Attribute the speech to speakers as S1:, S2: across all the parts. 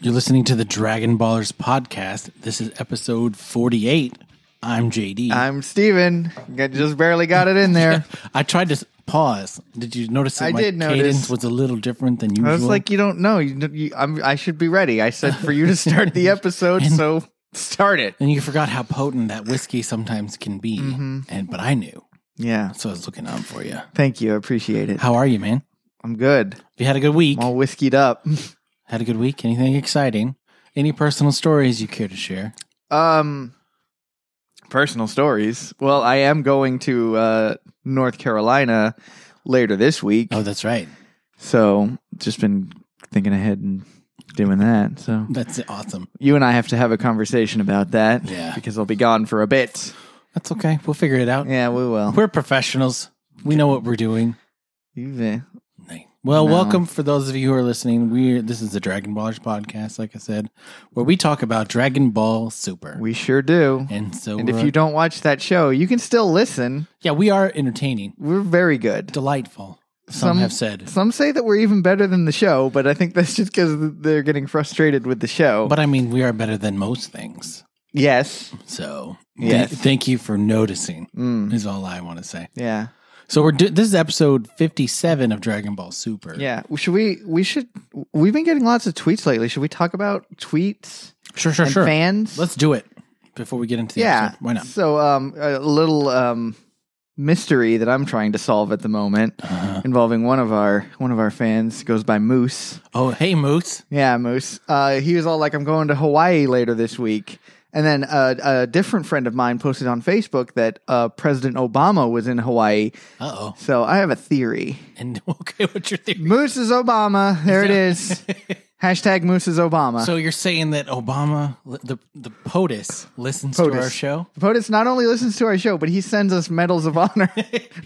S1: You're listening to the Dragon Ballers podcast. This is episode 48. I'm JD.
S2: I'm Steven. Got- Just barely got it in there.
S1: I tried to s- pause. Did you notice that
S2: I
S1: my
S2: did notice.
S1: cadence was a little different than usual?
S2: I was like, you don't know. You, you, I'm, I should be ready. I said for you to start the episode, so start it.
S1: and you forgot how potent that whiskey sometimes can be.
S2: Mm-hmm.
S1: And but I knew,
S2: Yeah.
S1: so I was looking out for you.
S2: Thank you. I appreciate it.
S1: How are you, man?
S2: I'm good.
S1: You had a good week.
S2: I'm all whiskeyed up.
S1: Had a good week. Anything exciting? Any personal stories you care to share?
S2: Um, personal stories. Well, I am going to uh, North Carolina later this week,
S1: Oh, that's right.
S2: so just been thinking ahead and doing that. So
S1: That's awesome.
S2: you and I have to have a conversation about that.
S1: Yeah.
S2: because I'll be gone for a bit.
S1: That's okay. We'll figure it out.
S2: Yeah, we will.
S1: We're professionals. We know what we're doing.
S2: You've, uh,
S1: Nice. Well,
S2: No.
S1: welcome for those of you who are listening. We this is the Dragon Ballers podcast, like I said, where we talk about Dragon Ball Super.
S2: We sure do.
S1: and so,
S2: And if
S1: we're-
S2: you don't watch that show, you can still listen.
S1: yeah, we are entertaining,
S2: We're very good.
S1: delightful. Some,
S2: Some-
S1: have said,
S2: Some say that we're even better than the show, but I think that's just because they're getting frustrated with the show.
S1: but I mean, we are better than most things.
S2: yes,
S1: So, th-
S2: Yes.
S1: thank you for noticing.
S2: Mm.
S1: Is all I want to say.
S2: yeah,
S1: So we're do- this is episode fifty-seven of Dragon Ball Super.
S2: yeah. Should we? We should. We've been getting lots of tweets lately. Should we talk about tweets
S1: sure, sure,
S2: and
S1: sure.
S2: fans?
S1: Let's do it before we get into the
S2: yeah.
S1: episode. Why not?
S2: So, um, a little um mystery that I'm trying to solve at the moment
S1: Uh-huh.
S2: involving one of our one of our fans goes by Moose.
S1: Oh, hey, Moose.
S2: Yeah, Moose. Uh, he was all like, I'm going to Hawaii later this week. And then uh, a different friend of mine posted on Facebook that uh, President Obama was in Hawaii.
S1: Uh oh.
S2: So I have a theory.
S1: And okay, what's your theory?
S2: Moose is Obama. There it is. Hashtag Moose is Obama.
S1: So you're saying that Obama, li- the the POTUS, listens to
S2: POTUS.
S1: our show?
S2: POTUS not only listens to our show, but he sends us medals of honor.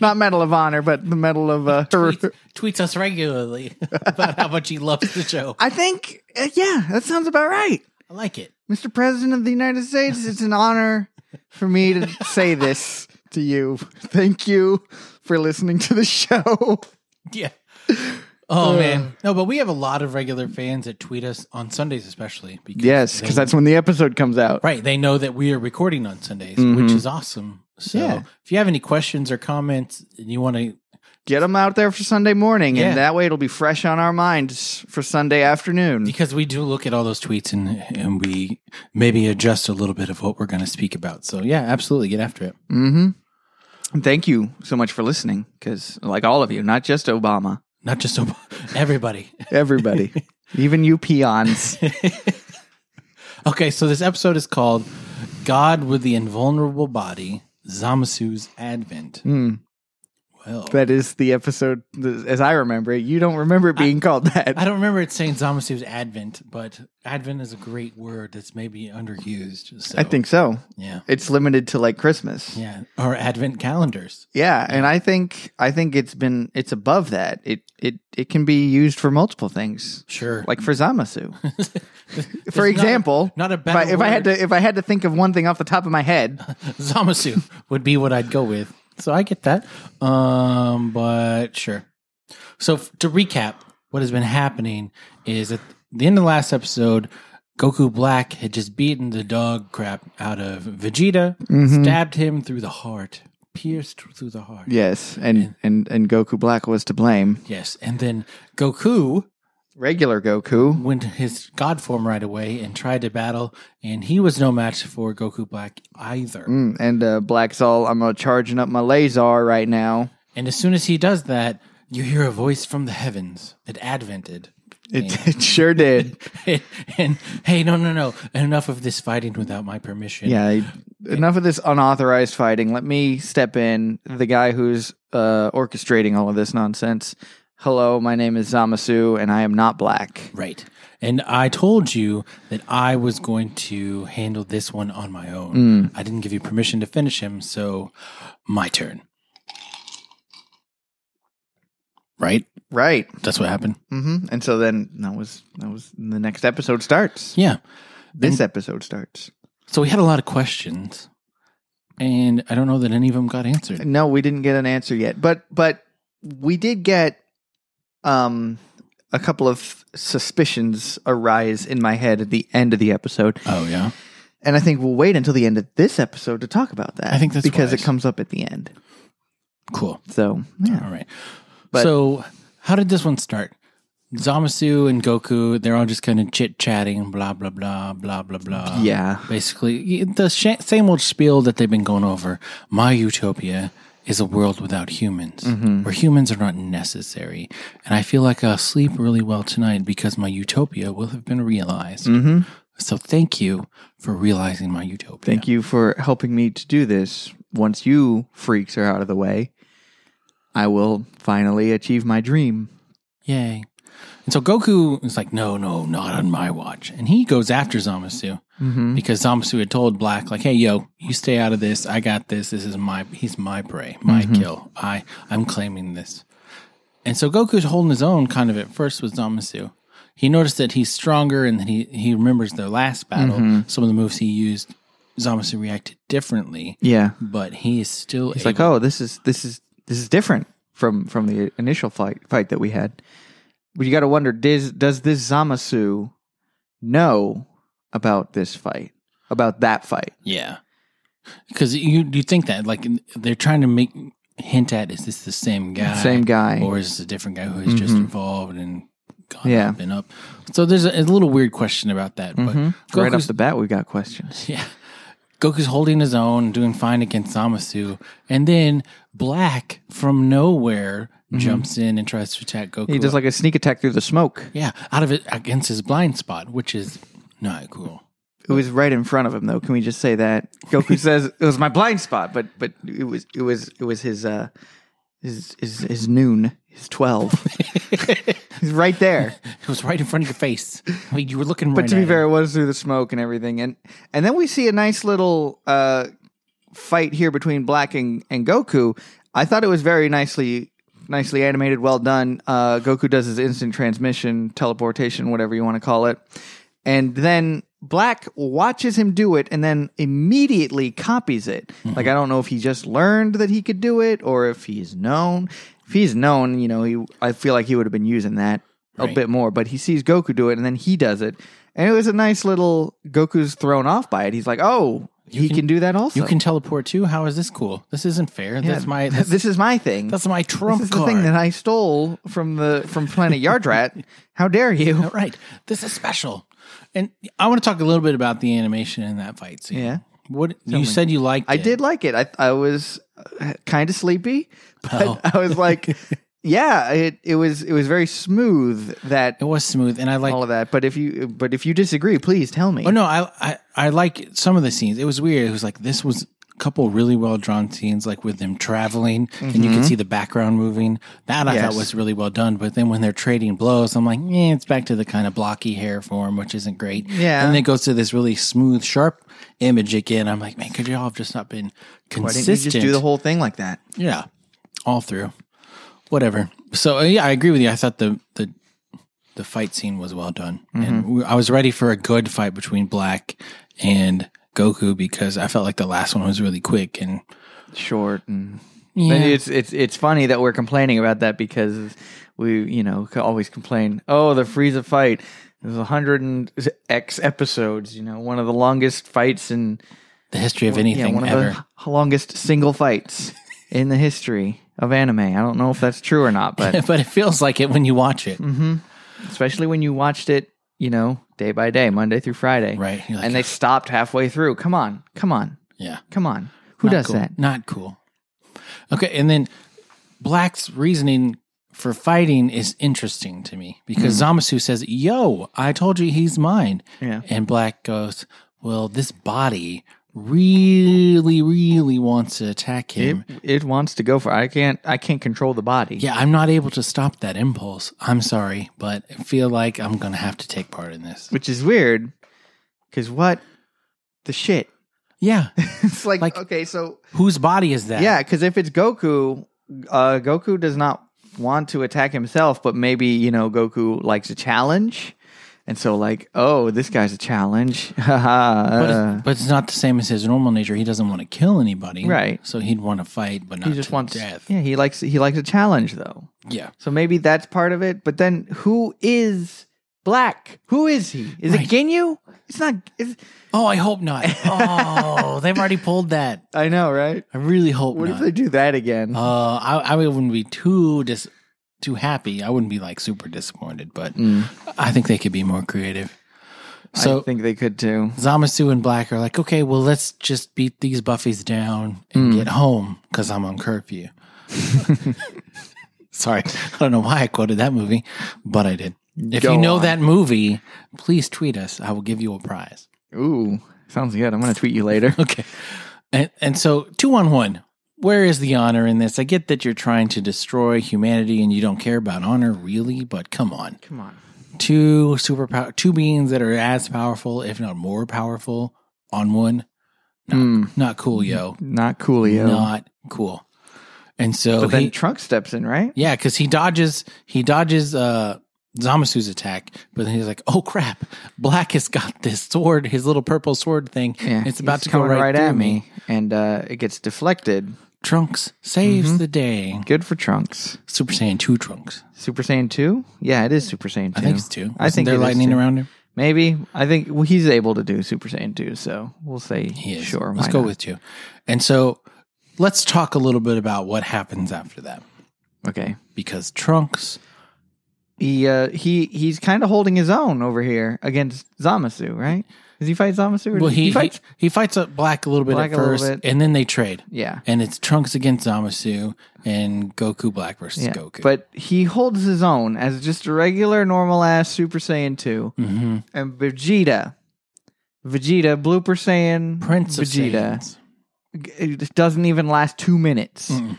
S2: Not Medal of Honor, but the Medal of. Uh,
S1: Tweets, tweets us regularly about how much he loves the show.
S2: I think, uh, yeah, that sounds about right.
S1: I like it.
S2: Mr. President of the United States, it's an honor for me to say this to you. Thank you for listening to the show.
S1: Yeah.
S2: Uh.
S1: Oh man, no, but we have a lot of regular fans that tweet us on Sundays, especially because
S2: Yes, because
S1: they-
S2: that's when the episode comes out.
S1: right. They know that we are recording on Sundays, which is awesome. So
S2: Mm-hmm. Yeah.
S1: if you have any questions or comments and you want to,
S2: Get them out there for Sunday morning,
S1: Yeah.
S2: and that way it'll be fresh on our minds for Sunday afternoon.
S1: because we do look at all those tweets and and we maybe adjust a little bit of what we're going to speak about. So yeah, absolutely, get after it.
S2: And Thank you so much for listening, because like all of you, not just Obama,
S1: Not just Obama, everybody.
S2: everybody, even you peons.
S1: Okay, so this episode is called God with the Invulnerable Body, Zamasu's Advent.
S2: Hmm.
S1: Well,
S2: That is the episode, as I remember it. You don't remember it being called that.
S1: I don't remember it saying Zamasu's Advent, but Advent is a great word that's maybe underused. So,
S2: I think so.
S1: Yeah.
S2: It's limited to like Christmas.
S1: Yeah. Or Advent calendars.
S2: Yeah, and I think I think it's been it's above that. It it it can be used for multiple things,
S1: Sure.
S2: like for zamasu.
S1: There's
S2: for
S1: not-
S2: example,
S1: Not, a
S2: if, I,
S1: better
S2: if I had
S1: word.
S2: to if I had to think of one thing off the top of my head,
S1: Zamasu would be what I'd go with. So I get that. Um, but sure. So f- to recap, what has been happening is at the end of the last episode, Goku Black had just beaten the dog crap out of Vegeta, stabbed him through the heart, pierced through the heart.
S2: yes, and and and Goku Black was to blame.
S1: Yes, and then Goku
S2: Regular Goku,
S1: went to his god form right away and tried to battle, and he was no match for Goku Black either.
S2: Mm, and uh, Black's all I'm uh, charging up my Lazar right now.
S1: And as soon as he does that, you hear a voice from the heavens. It advented.
S2: It, it sure did.
S1: and, hey, no, no, no. Enough of this fighting without my permission.
S2: Yeah, I- enough of this unauthorized fighting. Let me step in. The guy who's uh, orchestrating all of this nonsense. Hello, my name is Zamasu, and I am not black.
S1: Right. And I told you that I was going to handle this one on my own.
S2: Mm.
S1: I didn't give you permission to finish him, so my turn. Right?
S2: Right.
S1: That's what happened.
S2: hmm And so then that was that was the next episode starts.
S1: Yeah.
S2: This episode starts.
S1: So we had a lot of questions, and I don't know that any of them got answered.
S2: No, we didn't get an answer yet, but but we did get um a couple of suspicions arise in my head at the end of the episode,
S1: Oh yeah.
S2: and I think we'll wait until the end of this episode to talk about that.
S1: I think that's
S2: because
S1: wise.
S2: it comes up at the end.
S1: Cool.
S2: So yeah,
S1: All right.
S2: But-
S1: so, how did this one start? Zamasu and Goku, they're all just kind of chit chatting, blah, blah, blah, blah, blah, blah.
S2: yeah,
S1: Basically, the sh- same old spiel that they've been going over. My utopia is a world without humans,
S2: Mm-hmm.
S1: where humans are not necessary. And I feel like I'll sleep really well tonight because my utopia will have been realized. Mm-hmm. So, thank you for realizing my utopia.
S2: Thank you for helping me to do this. Once you freaks are out of the way, I will finally achieve my dream.
S1: Yay. And so Goku is like, no, no, not on my watch. And he goes after Zamasu because Zamasu had told Black, like, hey, yo, you stay out of this. I got this. This is my, he's my prey, my kill. I, I'm claiming this. And so Goku's holding his own kind of at first with Zamasu. He noticed that he's stronger and that he, he remembers their last battle. Some of the moves he used, Zamasu reacted differently,
S2: Yeah.
S1: but he is still
S2: It's like, oh, this is this is this is different from from the initial fight fight that we had. But you got to wonder does does this Zamasu know about this fight? About that fight?
S1: Yeah, because you you think that like they're trying to make hint at is this the same guy,
S2: Same guy. Mm-hmm.
S1: or is this a different guy who is just involved and gone
S2: Yeah. Mm-hmm.
S1: up and up? So there's a, a little weird question about that, but
S2: right
S1: Goku's,
S2: off the bat, we got questions.
S1: yeah, Goku's holding his own, doing fine against Zamasu, and then Black from nowhere jumps in and tries to attack Goku.
S2: Mm-hmm. He does like a sneak attack through the smoke.
S1: yeah, out of it against his blind spot, which is not cool.
S2: It was right in front of him, though. Can we just say that Goku says it was my blind spot, but but it was it was it was his uh his his, his noon, his twelve. He's right there.
S1: It was right in front of your face. I mean, you were looking.
S2: But
S1: right
S2: to
S1: at
S2: be
S1: him.
S2: fair, it was through the smoke and everything, and and then we see a nice little uh fight here between Black and and Goku. I thought it was very nicely nicely animated, well done. Uh, Goku does his instant transmission, teleportation, whatever you want to call it, and then. Black watches him do it and then immediately copies it.
S1: Mm-hmm.
S2: Like I don't know if he just learned that he could do it or if he's known. If he's known, you know, he I feel like he would have been using that a
S1: Right.
S2: bit more, but he sees Goku do it and then he does it. And it was a nice little Goku's thrown off by it. He's like, "Oh, he can,
S1: can-
S2: do that also."
S1: You can teleport too. How is this cool? This isn't fair. That's my that's,
S2: Um, this is my thing.
S1: that's my trump
S2: this is the
S1: card.
S2: thing that I stole from the from Planet Yardrat. How dare you?
S1: right. This is special. And I want to talk a little bit about the animation in that fight scene.
S2: Yeah.
S1: What you said you liked?
S2: I
S1: it.
S2: did like it. I I was kind of sleepy, but
S1: Oh.
S2: I was like, "Yeah, it it was it was very smooth that
S1: It was smooth, and I liked
S2: all of that." But if you but if you disagree, please tell me.
S1: Oh no, I I, I like some of the scenes. It was weird. It was like this was a couple really well drawn scenes, like with them traveling, and you can see the background moving. That I
S2: Mm-hmm. Yes.
S1: thought was really well done. But then when they're trading blows, I'm like, eh, it's back to the kind of blocky hair form, which isn't great.
S2: Yeah.
S1: and then it goes to this really smooth, sharp image again. I'm like, man, could y'all have just not been consistent?
S2: Why didn't you just do the whole thing like that?
S1: Yeah, all through. Whatever. So uh, yeah, I agree with you. I thought the the the fight scene was well done, and we, I was ready for a good fight between Black and Goku because I felt like the last one was really quick and
S2: Short and
S1: yeah,
S2: And It's it's it's funny that we're complaining about that because we you know c- always complain. Oh, the Frieza fight. There's a hundred and x episodes. You know, one of the longest fights in
S1: the history of
S2: yeah,
S1: anything
S2: one of
S1: ever.
S2: the h- longest single fights in the history of anime. I don't know if that's true or not, but
S1: but it feels like it when you watch it.
S2: especially when you watched it, you know, day by day, Monday through Friday,
S1: Right, you're like,
S2: and they stopped halfway through. Come on, come on,
S1: Yeah,
S2: come on. Who
S1: Not
S2: does
S1: cool.
S2: that?
S1: Not cool. Okay, and then Black's reasoning for fighting is interesting to me because Zamasu says, "Yo, I told you he's mine."
S2: Yeah.
S1: And Black goes, "Well, this body really really wants to attack
S2: It,
S1: him."
S2: it wants to go for. I can't. I can't control the body.
S1: yeah, I'm not able to stop that impulse. I'm sorry, but I feel like I'm going to have to take part in this.
S2: which is weird because what the shit
S1: Yeah.
S2: it's like,
S1: Like-
S2: okay so
S1: Whose body is that?
S2: yeah because if it's goku uh goku does not want to attack himself but maybe you know goku likes a challenge and so like oh this guy's a challenge
S1: But,
S2: haha uh,
S1: it's, but it's not the same as his normal nature. He doesn't want to kill anybody.
S2: Right.
S1: So he'd want to fight, but not
S2: Uh, he just
S1: to
S2: wants
S1: death.
S2: yeah he likes he likes a challenge though
S1: Yeah.
S2: So maybe that's part of it. But then who is black? Who is he? Is
S1: Right.
S2: it Ginyu? It's not. It's,
S1: Oh, I hope not. Oh, they've already pulled that.
S2: I know, right?
S1: I really hope
S2: What if
S1: not.
S2: they do that again?
S1: uh, I, I wouldn't be too dis- too happy. I wouldn't be like super disappointed, but
S2: Mm.
S1: I think they could be more creative.
S2: I
S1: So
S2: think they could too.
S1: Zamasu and Black are like, okay, well, let's just beat these Buffies down and
S2: Mm.
S1: get home because I'm on curfew. Sorry, I don't know why I quoted that movie, but I did. If
S2: Go
S1: you know
S2: on.
S1: that movie, please tweet us. I will give you a prize.
S2: Ooh, sounds good. I'm gonna tweet you later.
S1: Okay. And, and so, two on one. Where is the honor in this? I get that you're trying to destroy humanity and you don't care about honor, really, but come on.
S2: Come on.
S1: Two superpower, two beings that are as powerful, if not more powerful, on one.
S2: Mm,
S1: Not cool, yo.
S2: not coolio.
S1: Not cool. And so,
S2: but then
S1: he,
S2: Trunk steps in, right?
S1: yeah, because he dodges, he dodges uh, Zamasu's attack, but then he's like, "Oh crap! Black has got this sword, his little purple sword thing. it's
S2: he's
S1: about to go
S2: coming
S1: right,
S2: at
S1: through me.
S2: and uh, it gets deflected.
S1: Trunks saves
S2: Mm-hmm.
S1: the day.
S2: Good for Trunks.
S1: Super Saiyan 2 Trunks.
S2: Super Saiyan two? Yeah, it is Super Saiyan
S1: I
S2: two.
S1: think it's 2.
S2: I think
S1: they're
S2: it is
S1: lightning
S2: two.
S1: around him.
S2: Maybe I think well, he's able to do Super Saiyan two, so we'll say
S1: He is.
S2: sure.
S1: Let's
S2: why
S1: go
S2: not?
S1: with 2. And so let's talk a little bit about what happens after that
S2: okay.
S1: because Trunks,
S2: He uh, he he's kind of holding his own over here against Zamasu, right? Does he fight Zamasu? Or
S1: well
S2: does-
S1: he he
S2: fights.
S1: fights, he, fights up Black a little bit
S2: Black
S1: at
S2: a little
S1: first
S2: bit.
S1: and then they trade.
S2: yeah,
S1: And it's Trunks against Zamasu and Goku Black versus
S2: yeah.
S1: Goku.
S2: But he holds his own as just a regular normal ass Super Saiyan two,
S1: hmm
S2: and Vegeta, Vegeta Blooper Saiyan
S1: Prince of
S2: Vegeta
S1: Saiyans.
S2: g- it doesn't even last two minutes.
S1: Mm.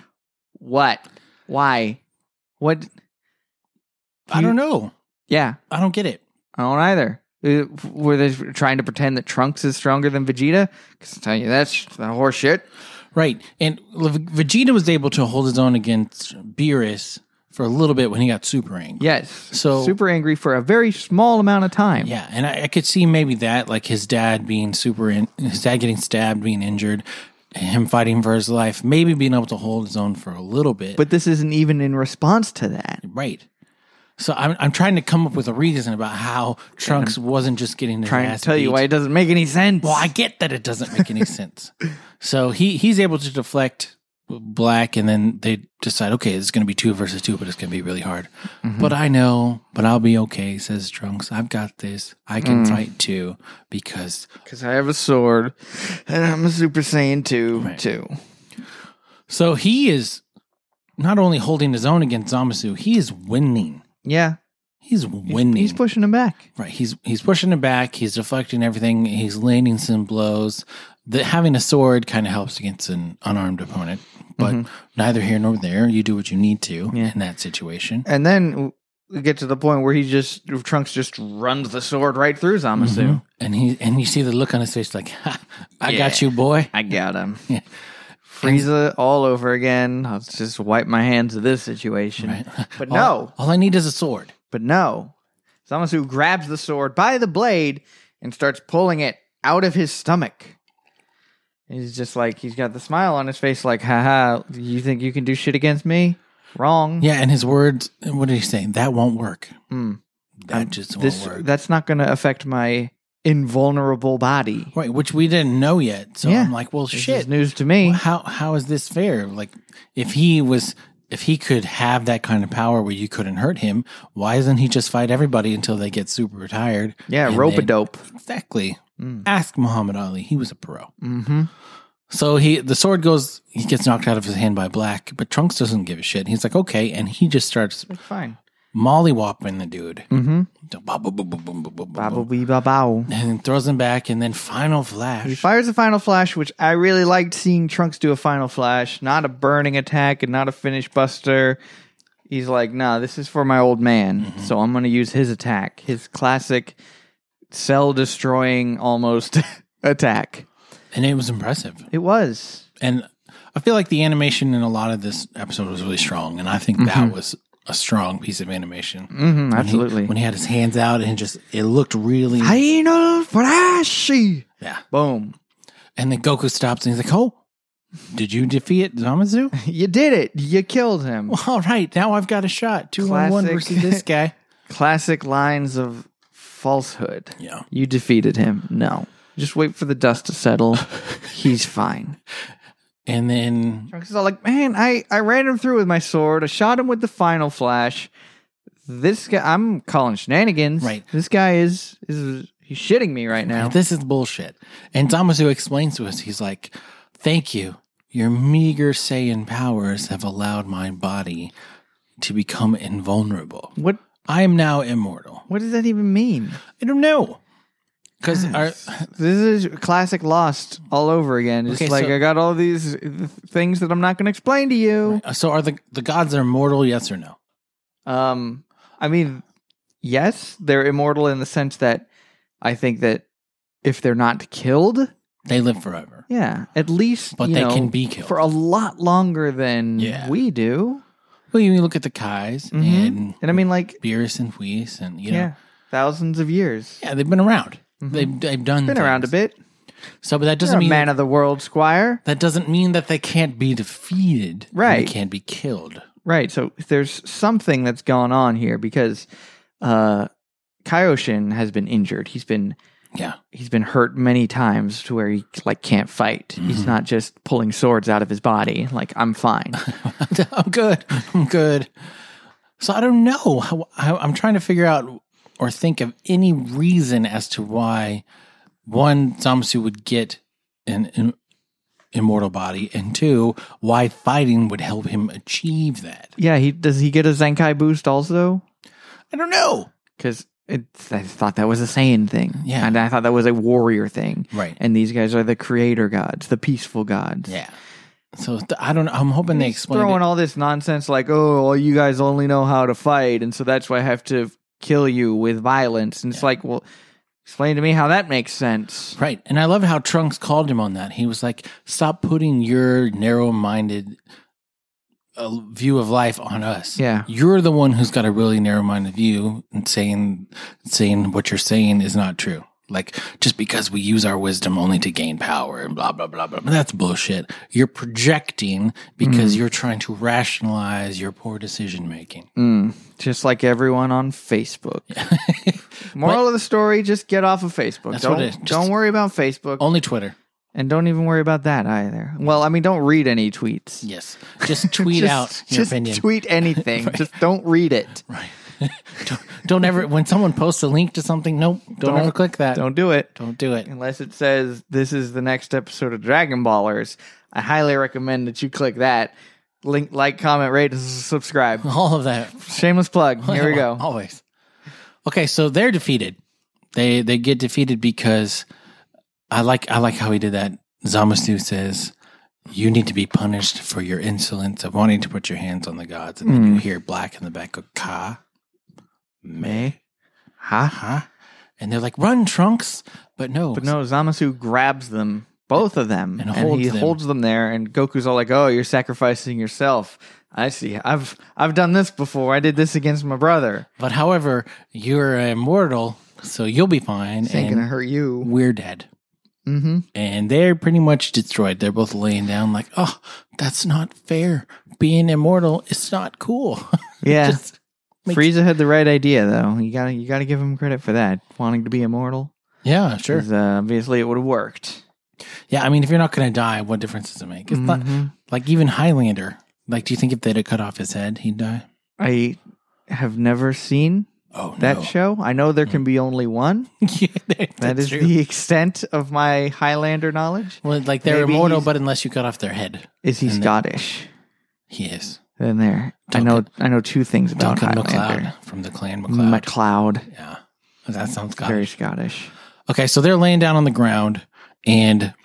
S2: What? Why? What?
S1: I
S2: You-
S1: don't know.
S2: Yeah,
S1: I don't get it.
S2: I don't either. Uh, Were they trying to pretend that Trunks is stronger than Vegeta? Because I'm telling you, that's the horse shit.
S1: Right. And L- Vegeta was able to hold his own against Beerus for a little bit when he got super angry.
S2: Yes.
S1: So-
S2: super angry for a very small amount of time.
S1: Yeah, and I, I could see maybe that, like his dad being super, in, his dad getting stabbed, being injured, him fighting for his life, maybe being able to hold his own for a little bit.
S2: But this isn't even in response to that.
S1: right, so I'm I'm trying to come up with a reason about how Trunks wasn't just getting his
S2: Trying to
S1: ass
S2: tell you
S1: beat.
S2: why it doesn't make any sense.
S1: Well, I get that it doesn't make any sense. So he he's able to deflect black, and then they decide, okay, it's going to be two versus two, but it's going to be really hard.
S2: Mm-hmm.
S1: But I know, but I'll be okay. Says Trunks, I've got this. I
S2: Mm.
S1: can fight too because
S2: Because I have a sword and I'm a Super Saiyan 2
S1: Right.
S2: too.
S1: So he is not only holding his own against Zamasu, he is winning.
S2: Yeah.
S1: He's
S2: He's-
S1: winning.
S2: He's pushing him back.
S1: right. He's he's pushing it back. He's deflecting everything. He's landing some blows. The, having a sword kind of helps against an unarmed opponent, but neither here nor there. You do what you need to
S2: Mm-hmm. Yeah.
S1: in that situation.
S2: And then we get to the point where he just Trunks just runs the sword right through Zamasu.
S1: Mm-hmm. And he and you see the look on his face, like, ha, "I got
S2: Yeah.
S1: you, boy."
S2: I got him.
S1: Yeah.
S2: Frieza all over again. I'll just wipe my hands of this situation.
S1: Right.
S2: But
S1: All-
S2: no,
S1: all I need is a sword.
S2: but no. Zamasu grabs the sword by the blade and starts pulling it out of his stomach. He's just like he's got the smile on his face, like, haha, you think you can do shit against me? Wrong.
S1: Yeah, and his words. What did he say? That won't work.
S2: Hmm.
S1: That just won't
S2: This
S1: work.
S2: that's not gonna affect my invulnerable body.
S1: Right, which we didn't know yet. So
S2: Yeah.
S1: I'm like, well,
S2: This
S1: shit.
S2: is news to me.
S1: How how is this fair? Like, if he was, if he could have that kind of power where you couldn't hurt him, why doesn't he just fight everybody until they get super tired?
S2: Yeah,
S1: And
S2: rope a
S1: then-
S2: dope.
S1: Exactly.
S2: Mm.
S1: Ask Muhammad Ali. He was a pro.
S2: Mm-hmm.
S1: So he the sword goes. He gets knocked out of his hand by Black, but Trunks doesn't give a shit. He's like, okay, and he just starts
S2: Fine.
S1: mollywhopping the dude.
S2: Mm-hmm.
S1: Bob, boom, boom, boom, boom, boom, boom, boom.
S2: Bobble ba bow.
S1: And then throws him back, and then final flash.
S2: He fires a final flash, which I really liked seeing Trunks do a final flash, not a burning attack and not a finish buster. He's like, nah, this is for my old man,
S1: Mm-hmm.
S2: so I'm going to use his attack, his classic cell destroying almost attack.
S1: and it was impressive.
S2: It was.
S1: and I feel like the animation in a lot of this episode was really strong, and I think that was a strong piece of animation.
S2: Mm-hmm,
S1: When he-
S2: absolutely.
S1: when he had his hands out and just it looked really
S2: final flashy.
S1: yeah.
S2: Boom.
S1: And then Goku stops and he's like, "Oh, Did you defeat Zamasu?
S2: You did it. You killed him.
S1: All right, now I've got a shot. Two on one
S2: Classic.
S1: versus this guy.
S2: Classic lines of falsehood.
S1: Yeah.
S2: You defeated him. No. Just wait for the dust to settle. He's fine.
S1: And then
S2: Trunks is all like, man, I, I ran him through with my sword. I shot him with the final flash. This guy, I'm calling shenanigans.
S1: Right.
S2: This guy is, is he's shitting me right now.
S1: this is bullshit. And Zamasu explains to us, he's like, Thank you. Your meager Saiyan powers have allowed my body to become invulnerable.
S2: What
S1: I am now immortal.
S2: what does that even mean?
S1: I don't know. Because
S2: This is classic Lost all over again. It's
S1: Okay,
S2: like
S1: so-
S2: I got all these uh, things that I'm not going to explain to you.
S1: so are the the gods are mortal, yes or no?
S2: Um, I mean, yes, they're immortal in the sense that I think that if they're not killed,
S1: They live forever.
S2: yeah, at least
S1: But
S2: you
S1: they
S2: know,
S1: can be killed.
S2: for a lot longer than
S1: Yeah.
S2: we do.
S1: Well, you look at the Kais
S2: Mhm.
S1: and
S2: And I mean, like,
S1: Beerus and Whis and you know
S2: yeah, thousands of years.
S1: Yeah, they've been around.
S2: Mhm.
S1: They've they've done
S2: Been around a
S1: things.
S2: bit.
S1: So, but that
S2: Doesn't
S1: doesn't mean
S2: man of the world, squire.
S1: that doesn't mean that they can't be defeated. and
S2: Right.
S1: they can't be killed.
S2: Right. So there's something that's gone on here because uh, Kaioshin has been injured. He's been
S1: Yeah,
S2: he's been hurt many times to where he like can't fight.
S1: Mm-hmm.
S2: He's not just pulling swords out of his body. Like I'm fine.
S1: I'm Oh, good. I'm good. So I don't know. How, how, I'm trying to figure out or think of any reason as to why one Zamasu would get an, im- immortal body, and two, why fighting would help him achieve that.
S2: yeah. He does he get a Zenkai boost also?
S1: I don't know.
S2: Because I thought that was a Saiyan thing.
S1: Yeah.
S2: and I thought that was a warrior thing.
S1: Right.
S2: And these guys are the creator gods, the peaceful gods.
S1: Yeah. So th- I don't. know. I'm hoping they
S2: He's
S1: explain. it.
S2: throwing all this nonsense like, oh, well, you guys only know how to fight, and so that's why I have to kill you with violence. And it's like, well, explain to me how that makes sense.
S1: Right. And I love how Trunks called him on that. He was like, stop putting your narrow minded uh, view of life on us.
S2: Yeah.
S1: You're the one who's got a really narrow minded view and saying, saying what you're saying is not true. Like, just because we use our wisdom only to gain power and blah, blah, blah, blah. But that's bullshit. You're projecting
S2: Mm-hmm.
S1: because you're trying to rationalize your poor decision making.
S2: Mm. Just like everyone on Facebook. Moral of the story: just get off of Facebook.
S1: That's
S2: don't
S1: what it is. Just- Oh.
S2: don't worry about Facebook,
S1: only Twitter.
S2: and don't even worry about that either. Well, I mean, don't read any tweets.
S1: Yes. Just tweet
S2: Just-
S1: out your
S2: just
S1: opinion.
S2: tweet anything. Just don't read it.
S1: Right. don't, don't ever when someone posts a link to something. Nope. Don't,
S2: Don't-
S1: ever click that. Don't,
S2: Don't do it.
S1: do it.
S2: unless it says this is the next episode of Dragon Ballers. I highly recommend that you click that. Link, like, comment, rate, s- subscribe.
S1: All of that.
S2: Shameless plug. Here we go.
S1: Always. Okay, so they're defeated. They they get defeated because I like I like how he did that. Zamasu says, "You need to be punished for your insolence of wanting to put your hands on the gods." And
S2: Hmm.
S1: then you hear black in the back of Ka Me
S2: Ha.
S1: Ha, and they're like, "Run, Trunks!" But no,
S2: But no, Zamasu grabs them, both of them,
S1: And
S2: and,
S1: holds
S2: he
S1: them.
S2: holds them there. And Goku's all like, "Oh, you're sacrificing yourself." I see. I've I've done this before. I did this against my brother.
S1: But however, you're immortal, so you'll be fine.
S2: This ain't
S1: and
S2: gonna hurt you.
S1: we're dead.
S2: Mm-hmm.
S1: And they're pretty much destroyed. They're both laying down like, oh, that's not fair. Being immortal is not cool.
S2: Yeah.
S1: Just makes-
S2: Frieza had the right idea, though. You gotta you gotta give him credit for that. Wanting to be immortal.
S1: yeah, sure.
S2: 'Cause, uh, obviously, it would have worked.
S1: Yeah, I mean, if you're not going to die, what difference does it make? It's not
S2: Mhm.
S1: like even Highlander. Like, do you think if they'd have cut off his head, he'd die?
S2: I have never seen
S1: Oh,
S2: that
S1: no.
S2: show. I know there can be only one.
S1: yeah, that-
S2: That
S1: that's
S2: is
S1: true.
S2: the extent of my Highlander knowledge.
S1: well, like they're
S2: Maybe
S1: immortal,
S2: he's-
S1: but unless you cut off their head,
S2: Is he
S1: And the-
S2: Scottish?
S1: he is.
S2: Then there. I know. I know two things about
S1: Duncan
S2: Highlander.
S1: McLeod from the Clan McLeod.
S2: MacLeod, MacLeod,
S1: yeah, that sounds good.
S2: very Scottish.
S1: Okay, so they're laying down on the ground, and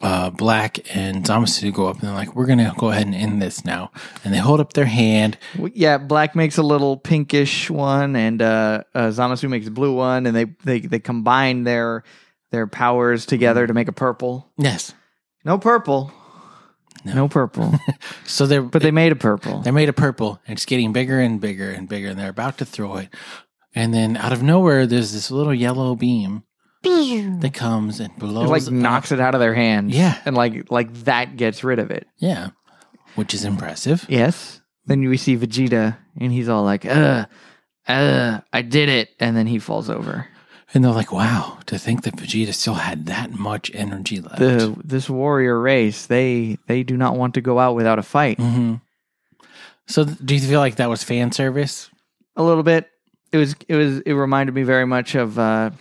S1: uh, Black and Zamasu go up, and they're like, "We're gonna go ahead and end this now." And they hold up their hand.
S2: W- Yeah, Black makes a little pinkish one, and uh, uh, Zamasu makes a blue one, and they, they they combine their their powers
S1: Hmm.
S2: together to make a purple.
S1: Yes.
S2: No purple.
S1: No.
S2: no purple.
S1: So they're
S2: but they made a purple.
S1: they're made of purple, and it's getting bigger and bigger and bigger, and they're about to throw it, and then out of nowhere, there's this little yellow beam that comes and blows.
S2: It like
S1: up.
S2: knocks it out of their hands.
S1: Yeah.
S2: And like like that gets rid of it.
S1: Yeah. Which is impressive.
S2: Yes. Then we see Vegeta and he's all like, uh, uh, I did it. And then he falls over.
S1: And they're like, wow, to think that Vegeta still had that much energy left.
S2: The this warrior race, they they do not want to go out without a fight.
S1: hmm So th- do you feel like that was fan service?
S2: A little bit. It was it was it reminded me very much of uh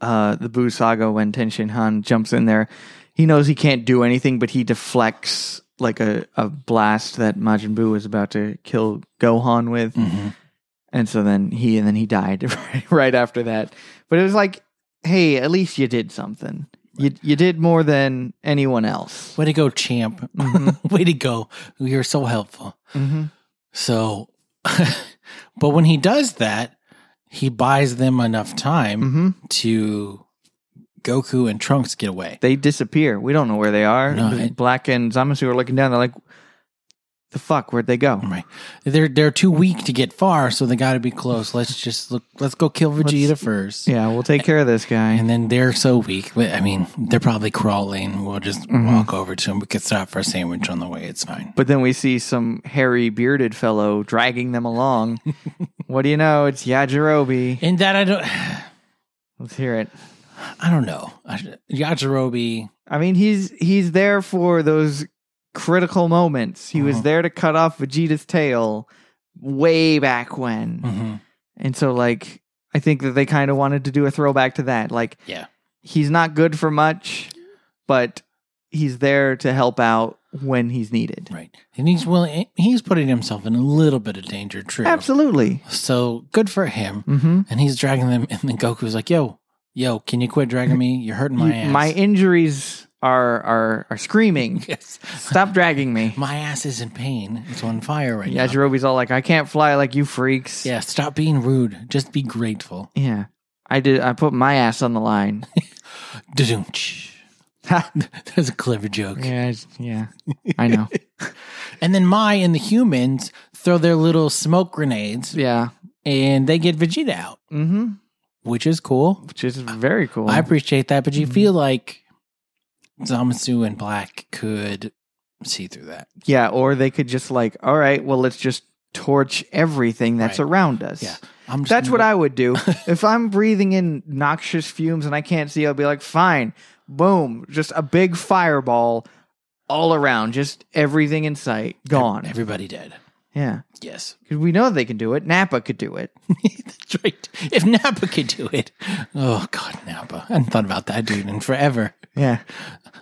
S2: uh the Buu saga when Tenshin Han jumps in there. He knows he can't do anything, but he deflects like a, a blast that Majin Buu was about to kill Gohan with.
S1: Mm-hmm.
S2: And so then he and then he died right- right after that. But it was like, hey, at least you did something. You you did more than anyone else.
S1: Way to go, champ. Way to go. You're so helpful.
S2: Mm-hmm.
S1: So, but when he does that, he buys them enough time
S2: Mm-hmm.
S1: to Goku and Trunks get away.
S2: They disappear. We don't know where they are.
S1: No, it-
S2: Black and Zamasu are looking down. They're like, the fuck? Where'd they go?
S1: Right. They're they're too weak to get far, so they got to be close. Let's just look. Let's go kill Vegeta first.
S2: Yeah, we'll take care of this guy.
S1: And then they're so weak. but, I mean, they're probably crawling. We'll just
S2: Mhm.
S1: walk over to them. We could stop for a sandwich on the way. It's fine.
S2: But then we see some hairy bearded fellow dragging them along. what do you know? It's Yajirobe.
S1: And that I don't.
S2: Let's hear it.
S1: I don't know. I- Yajirobe.
S2: I mean, he's he's there for those critical moments. He was
S1: Mhm.
S2: there to cut off Vegeta's tail way back when,
S1: mhm.
S2: and so like I think that they kind of wanted to do a throwback to that. Like,
S1: Yeah.
S2: he's not good for much, but he's there to help out when he's needed.
S1: Right. And he's willing. He's putting himself in a little bit of danger. True.
S2: Absolutely.
S1: So good for him.
S2: Mm-hmm.
S1: And he's dragging them. And then Goku's like, "Yo, yo, can you quit dragging me? You're hurting my ass.
S2: my injuries are are are screaming.
S1: yes.
S2: Stop dragging me.
S1: My ass is in pain. It's on fire right now.
S2: Yajirobe's all like, I can't fly like you freaks.
S1: Yeah, stop being rude. Just be grateful.
S2: Yeah. I did. I put my ass on the line.
S1: Dudunch. That's a clever joke.
S2: Yeah, it's- yeah, I know.
S1: And then Mai and the humans throw their little smoke grenades
S2: yeah,
S1: and they get Vegeta out,
S2: mm-hmm.
S1: which is cool.
S2: which is very cool.
S1: I appreciate that, but you feel like Zamasu and Black could see through that.
S2: yeah, or they could just like, all right, well, let's just torch everything that's
S1: Right.
S2: around us.
S1: Yeah. I'm just
S2: That's
S1: gonna-
S2: what I would do. if I'm breathing in noxious fumes and I can't see, I'll be like, fine, boom, just a big fireball all around, just everything in sight, gone.
S1: everybody did.
S2: yeah,
S1: Yes.
S2: 'Cause we know they can do it. Napa could do it.
S1: That's right. If Napa could do it. Oh god, Napa. I hadn't thought about that dude in forever.
S2: Yeah,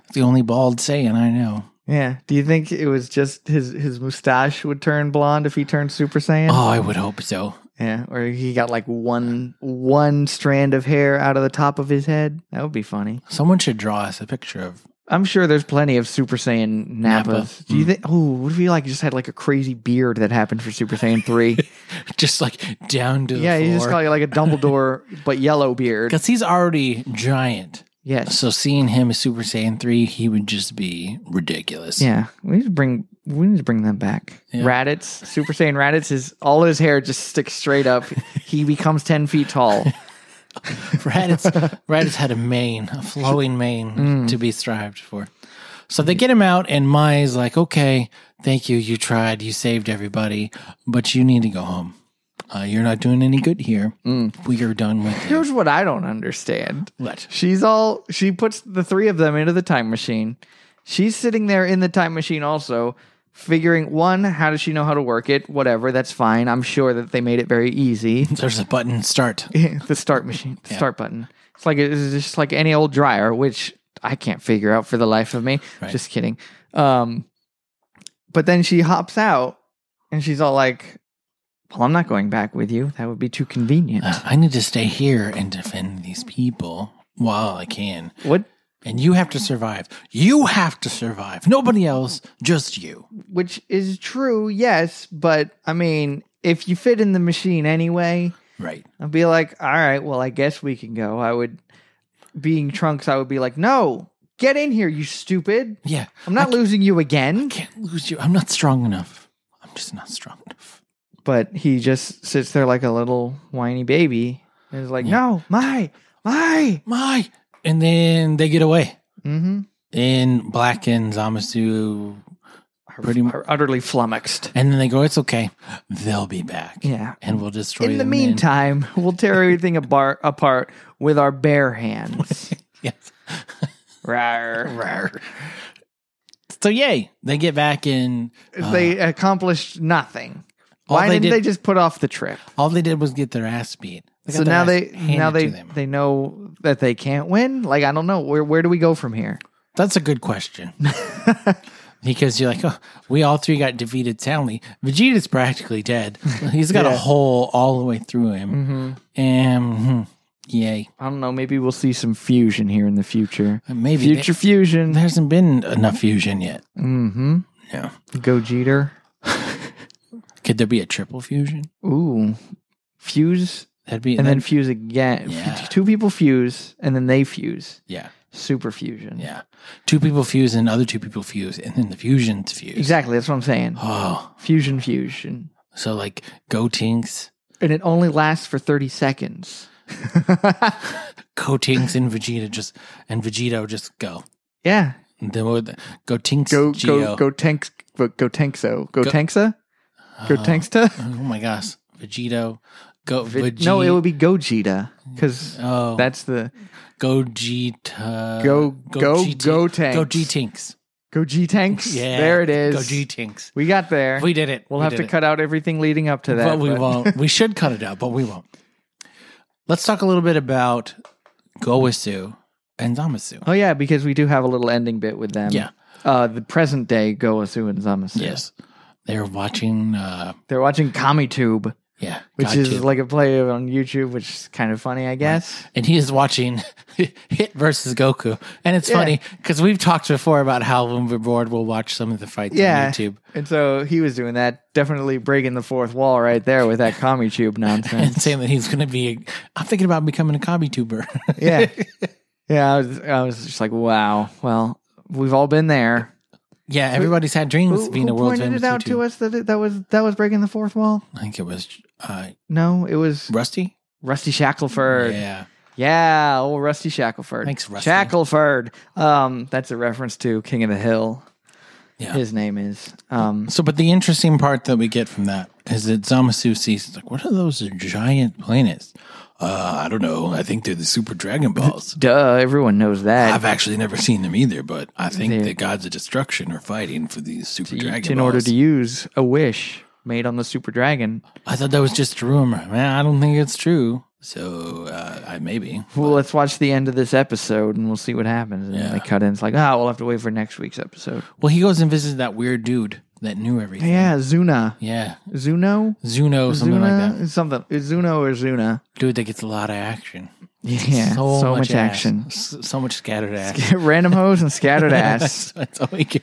S1: It's the only bald saying I know.
S2: yeah. Do you think it was just his his mustache would turn blonde if he turned Super Saiyan?
S1: Oh, I would hope so.
S2: Yeah, or he got like one one strand of hair out of the top of his head. That would be funny.
S1: Someone should draw us a picture of.
S2: I'm sure there's plenty of Super Saiyan Nappas.
S1: Nappa.
S2: Do you think? Oh, what if he like just had like a crazy beard that happened for Super Saiyan three?
S1: Just like down to
S2: yeah,
S1: the
S2: he just
S1: floor.
S2: got like a Dumbledore but yellow beard.
S1: Because he's already giant.
S2: Yes.
S1: So seeing him as Super Saiyan 3, he would just be ridiculous.
S2: Yeah, we need to bring we need to bring them back.
S1: Yeah.
S2: Raditz, Super Saiyan Raditz, his all his hair just sticks straight up. he becomes ten feet tall.
S1: Raditz, Raditz had a mane, a flowing mane to be strived for. So they get him out, and Mai's like, okay, thank you. You tried. You saved everybody, but you need to go home. Uh, you're not doing any good here. We are done with you.
S2: Here's what I don't understand.
S1: What?
S2: She's all she puts the three of them into the time machine. She's sitting there in the time machine also figuring one how does she know how to work it? Whatever, that's fine. I'm sure that they made it very easy.
S1: There's a button start.
S2: the start machine, the start button. It's like it's just like any old dryer which I can't figure out for the life of me.
S1: Right.
S2: Just kidding. Um but then she hops out and she's all like, "Well, I'm not going back with you. That would be too convenient."
S1: Uh, I need to stay here and defend these people while I can.
S2: what
S1: And you have to survive. You have to survive. Nobody else, just you.
S2: which is true, yes, but I mean, if you fit in the machine anyway,
S1: Right.
S2: I'd be like, all right, well, I guess we can go. I would, being Trunks, I would be like, no, get in here, you stupid.
S1: Yeah.
S2: I'm not losing you again.
S1: Can't lose you. I'm not strong enough. I'm just not strong enough.
S2: But he just sits there like a little whiny baby and is like, no, my, My.
S1: my. And then they get away.
S2: Mm-hmm.
S1: And Black and Zamasu, Pretty mu-
S2: are utterly flummoxed.
S1: and then they go, it's okay. They'll be back.
S2: Yeah.
S1: And we'll destroy
S2: In the
S1: them
S2: meantime, we'll tear everything apart, apart with our bare hands.
S1: Yes.
S2: Rawr.
S1: Rawr. So yay, they get back in.
S2: they accomplished nothing.
S1: Uh-huh. All
S2: Why
S1: they
S2: didn't
S1: did-
S2: they just put off the trip?
S1: All they did was get their ass beat. They got
S2: So
S1: their
S2: now
S1: ass
S2: they
S1: handed
S2: now they
S1: to them.
S2: they know that they can't win. Like I don't know where where do we go from here?
S1: That's a good question. because you're like, oh, we all three got defeated soundly. Vegeta's practically dead. He's got a
S2: Yeah. Mm-hmm.
S1: hole all the way through him. And hmm, yay,
S2: I don't know. Maybe we'll see some fusion here in the future.
S1: maybe they-
S2: Future fusion.
S1: there hasn't been enough fusion yet.
S2: Mm-hmm.
S1: Yeah.
S2: Go Jeter.
S1: Could there be a triple fusion?
S2: Ooh, fuse
S1: That'd be
S2: and then
S1: that'd-
S2: fuse again.
S1: Yeah.
S2: Two people fuse and then they fuse.
S1: yeah,
S2: Super fusion.
S1: yeah. Two people fuse and other two people fuse, and then the fusions fuse.
S2: Exactly. That's what I'm saying.
S1: Oh,
S2: Fusion fusion.
S1: so like Go Tinks,
S2: And it only lasts for 30 seconds.
S1: Go Tinks and Vegeta just and Vegito just go.
S2: Yeah.
S1: And then with Go Tinks,
S2: Go
S1: Geo.
S2: go go tanks go tankso. Go tanksa? Go tanksta?
S1: Oh my gosh, Vegito, Go Vegeta.
S2: No, it would be Gogeta cuz
S1: oh
S2: that's the
S1: Gogeta.
S2: Go- go-
S1: G-T-
S2: go Tanks.
S1: Go G Tinks.
S2: Go G tanks.
S1: Yeah,
S2: There it is.
S1: Go G Tinks.
S2: we got there.
S1: We did it.
S2: We'll
S1: We
S2: have
S1: did
S2: to
S1: it.
S2: cut out everything leading up to that.
S1: but we won't. We should cut it out, but we won't. Let's talk a little bit about Gowasu and Zamasu.
S2: Oh yeah, because we do have a little ending bit with them.
S1: Yeah.
S2: Uh, the present day Goasu and Zamasu.
S1: Yes, they're watching. uh
S2: They're watching KamiTube,
S1: Yeah,
S2: which
S1: God
S2: is
S1: too.
S2: like a play on YouTube, which is kind of funny, I guess.
S1: and he is watching Hit versus Goku, and it's
S2: Yeah.
S1: funny because we've talked before about how when we're bored, we'll watch some of the fights
S2: Yeah.
S1: on YouTube
S2: And so he was doing that, definitely breaking the fourth wall right there with that KamiTube
S1: and
S2: nonsense.
S1: saying that he's going to be. I'm thinking about becoming a comedy tuber.
S2: yeah. Yeah, I was, I was just like, wow. Well, we've all been there.
S1: yeah, everybody's had dreams
S2: Who,
S1: of being a
S2: who
S1: world
S2: pointed
S1: famous
S2: it out
S1: YouTuber.
S2: to us that it, that was that was breaking the fourth wall?
S1: I think it was uh,
S2: No, it was
S1: Rusty.
S2: Rusty Shackelford.
S1: Yeah,
S2: Yeah, old Rusty Shackelford.
S1: Thanks, Rusty.
S2: Shackelford. Um, that's a reference to King of the Hill.
S1: yeah.
S2: His name is. Um,
S1: So, but the interesting part that we get from that is that Zamasu sees it's like, what are those giant planets? Uh, I don't know. I think they're the super Dragon Balls.
S2: duh, everyone knows that.
S1: I've actually never seen them either, but I think
S2: They're-
S1: the gods of destruction are fighting for these super
S2: Each
S1: Dragon
S2: in
S1: Balls.
S2: order to use a wish made on the Super Dragon.
S1: I thought that was just a rumor. Man, I don't think it's true. So, uh, I maybe.
S2: Well, let's watch the end of this episode and we'll see what happens. And then they cut in. It's like, ah, we'll have to wait for next week's episode.
S1: Well, he goes and visits that weird dude that knew everything.
S2: Yeah, Zuna.
S1: Yeah.
S2: Zuno?
S1: Zuno, something
S2: Zuna?
S1: like that.
S2: Something. It's Zuno or Zuna.
S1: Dude that gets a lot of action.
S2: Yeah, so, much,
S1: ass.
S2: action.
S1: S- So much scattered ass.
S2: Random hose and scattered
S1: That's,
S2: ass.
S1: that's all we get.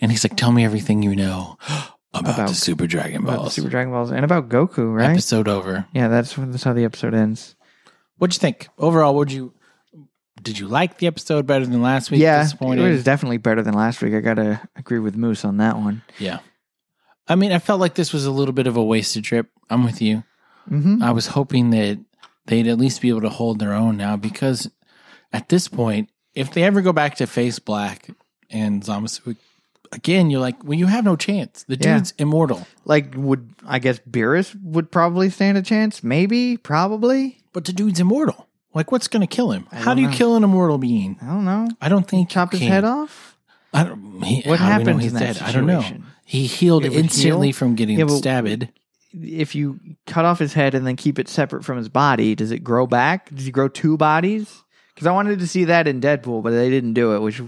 S1: And he's like, "Tell me everything you know about,
S2: About-
S1: the Super Dragon
S2: About the
S1: Balls."
S2: Super Dragon Balls and about Goku, right?
S1: Episode over.
S2: Yeah, that's when that's how the episode ends.
S1: What'd you think overall? Would you did you like the episode better than last week?
S2: yeah, it
S1: disappointed.
S2: was definitely better than last week. I gotta agree with Moose on that one.
S1: Yeah. I mean, I felt like this was a little bit of a wasted trip. I'm with you.
S2: Mm-hmm.
S1: I was hoping that they'd at least be able to hold their own now because at this point, if they ever go back to face black and Zamasu again, you're like, well, you have no chance. The
S2: Yeah.
S1: dude's immortal.
S2: Like, would I guess Beerus would probably stand a chance? Maybe, probably.
S1: But the dude's immortal. Like, what's going to kill him? How
S2: don't
S1: do you
S2: know.
S1: kill an immortal being?
S2: I don't know.
S1: I don't think
S2: Chop
S1: you
S2: his
S1: can.
S2: head off.
S1: I don't, he,
S2: What
S1: how do we know
S2: happens
S1: he's
S2: in that
S1: dead? I don't know.
S2: situation?
S1: He healed
S2: It would
S1: instantly
S2: heal?
S1: from getting
S2: Yeah, but-
S1: stabbed.
S2: If you cut off his head and then keep it separate from his body, does it grow back? Does he grow two bodies? Because I wanted to see that in Deadpool, but they didn't do it, which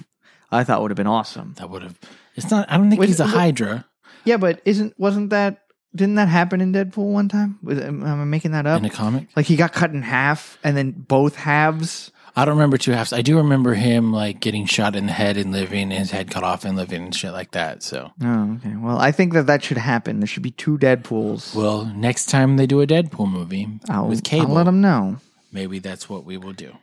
S2: I thought would have been awesome.
S1: That would have. It's not. I don't think
S2: Wait,
S1: he's a
S2: wait.
S1: Hydra.
S2: Yeah, but isn't wasn't that didn't that happen in Deadpool one time? Was, am I making that up?
S1: in a comic.
S2: Like he got cut in half, and then both halves.
S1: I don't remember two halves. I do remember him like getting shot in the head and living, his head cut off and living and shit like that. So,
S2: Oh, okay. Well, I think that that should happen. There should be two Deadpools.
S1: well, next time they do a Deadpool movie
S2: I'll,
S1: with cable,
S2: I'll let them know.
S1: maybe that's what we will do.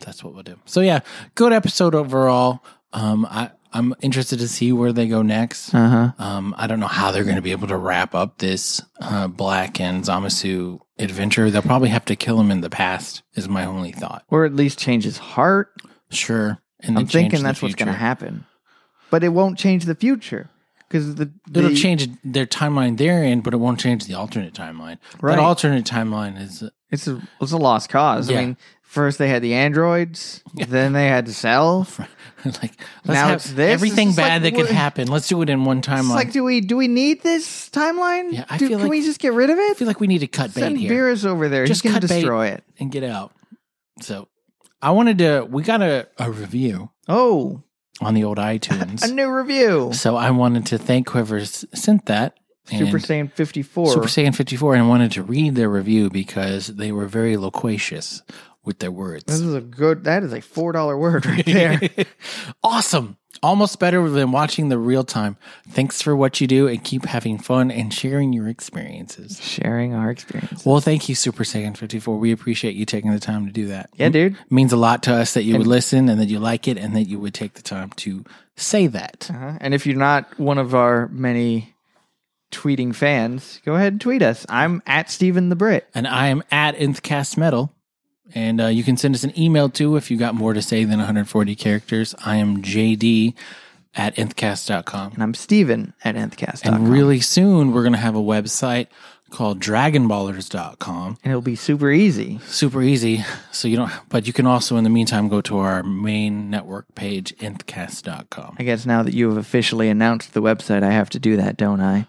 S1: That's what we'll do. So yeah, good episode overall. Um, I I'm interested to see where they go next.
S2: Uh huh.
S1: Um, I don't know how they're going to be able to wrap up this uh, Black and Zamasu adventure. They'll probably have to kill him in the past. Is my only thought.
S2: Or at least change his heart.
S1: Sure, and
S2: I'm
S1: then change
S2: thinking
S1: the
S2: that's what's going to
S1: future.
S2: happen. But it won't change the future because the, the
S1: It'll change their timeline therein, but it won't change the alternate timeline.
S2: Right.
S1: That alternate timeline is
S2: It's a it's a lost cause. I
S1: Yeah.
S2: mean, first they had the androids, then they had the cell.
S1: like let's
S2: Now
S1: have
S2: it's this?
S1: everything
S2: It's just
S1: bad
S2: like,
S1: that could
S2: what-
S1: happen. Let's do it in one
S2: It's
S1: timeline.
S2: like, do we do we need this timeline?
S1: Yeah, I
S2: do,
S1: feel
S2: can
S1: like-
S2: we just get rid of
S1: I
S2: it?
S1: feel like we need to cut bait
S2: Send
S1: here.
S2: Beerus over there.
S1: Just
S2: he can
S1: cut bait.
S2: destroy it.
S1: and get out. So I wanted to, we got a, a review
S2: Oh,
S1: on the old
S2: a
S1: iTunes.
S2: new review.
S1: so I wanted to thank whoever s- sent that. and
S2: Super Saiyan fifty four.
S1: Super Saiyan 54 and wanted to read their review because they were very loquacious with their
S2: This
S1: words.
S2: is a good. That is a four dollar word right there.
S1: awesome. Almost better than watching the real time. Thanks for what you do and keep having fun and sharing your experiences.
S2: Sharing our experience.
S1: Well, thank you, Super Saiyan 54. We appreciate you taking the time to do that.
S2: Yeah, dude.
S1: means a lot to us that you would listen and that you like it and that you would take the time to say that.
S2: Uh-huh. And if you're not one of our many tweeting fans, go ahead and tweet us. I'm at Stephen the Brit.
S1: And I am at Inthcast Metal. And uh, you can send us an email too if you got more to say than 140 characters. I am JD at Inthcast.com.
S2: And I'm Steven at nthcast.com.
S1: And really soon, we're going to have a website called dragonballers.com.
S2: and it'll be super easy.
S1: Super easy. So you don't, but you can also, in the meantime, go to our main network page, Inthcast.com.
S2: I guess now that you have officially announced the website, I have to do that, don't I?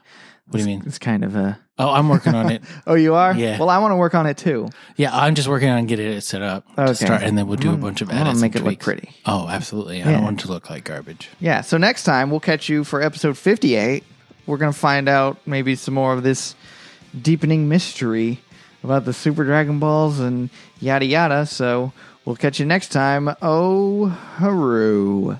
S1: What do you mean?
S2: It's kind of a.
S1: Oh, I'm working on it.
S2: Oh, you are?
S1: Yeah.
S2: Well, I want to work on it too.
S1: Yeah, I'm just working on getting it set up
S2: Okay.
S1: to start, and then we'll do a bunch of
S2: I want
S1: edits.
S2: to make it
S1: and
S2: look
S1: tweaks.
S2: pretty.
S1: Oh, absolutely! I
S2: Yeah.
S1: don't want it to look like garbage.
S2: Yeah. So next time we'll catch you for episode 58. We're going to find out maybe some more of this deepening mystery about the Super Dragon Balls and yada yada. So we'll catch you next time. Oh, hooroo.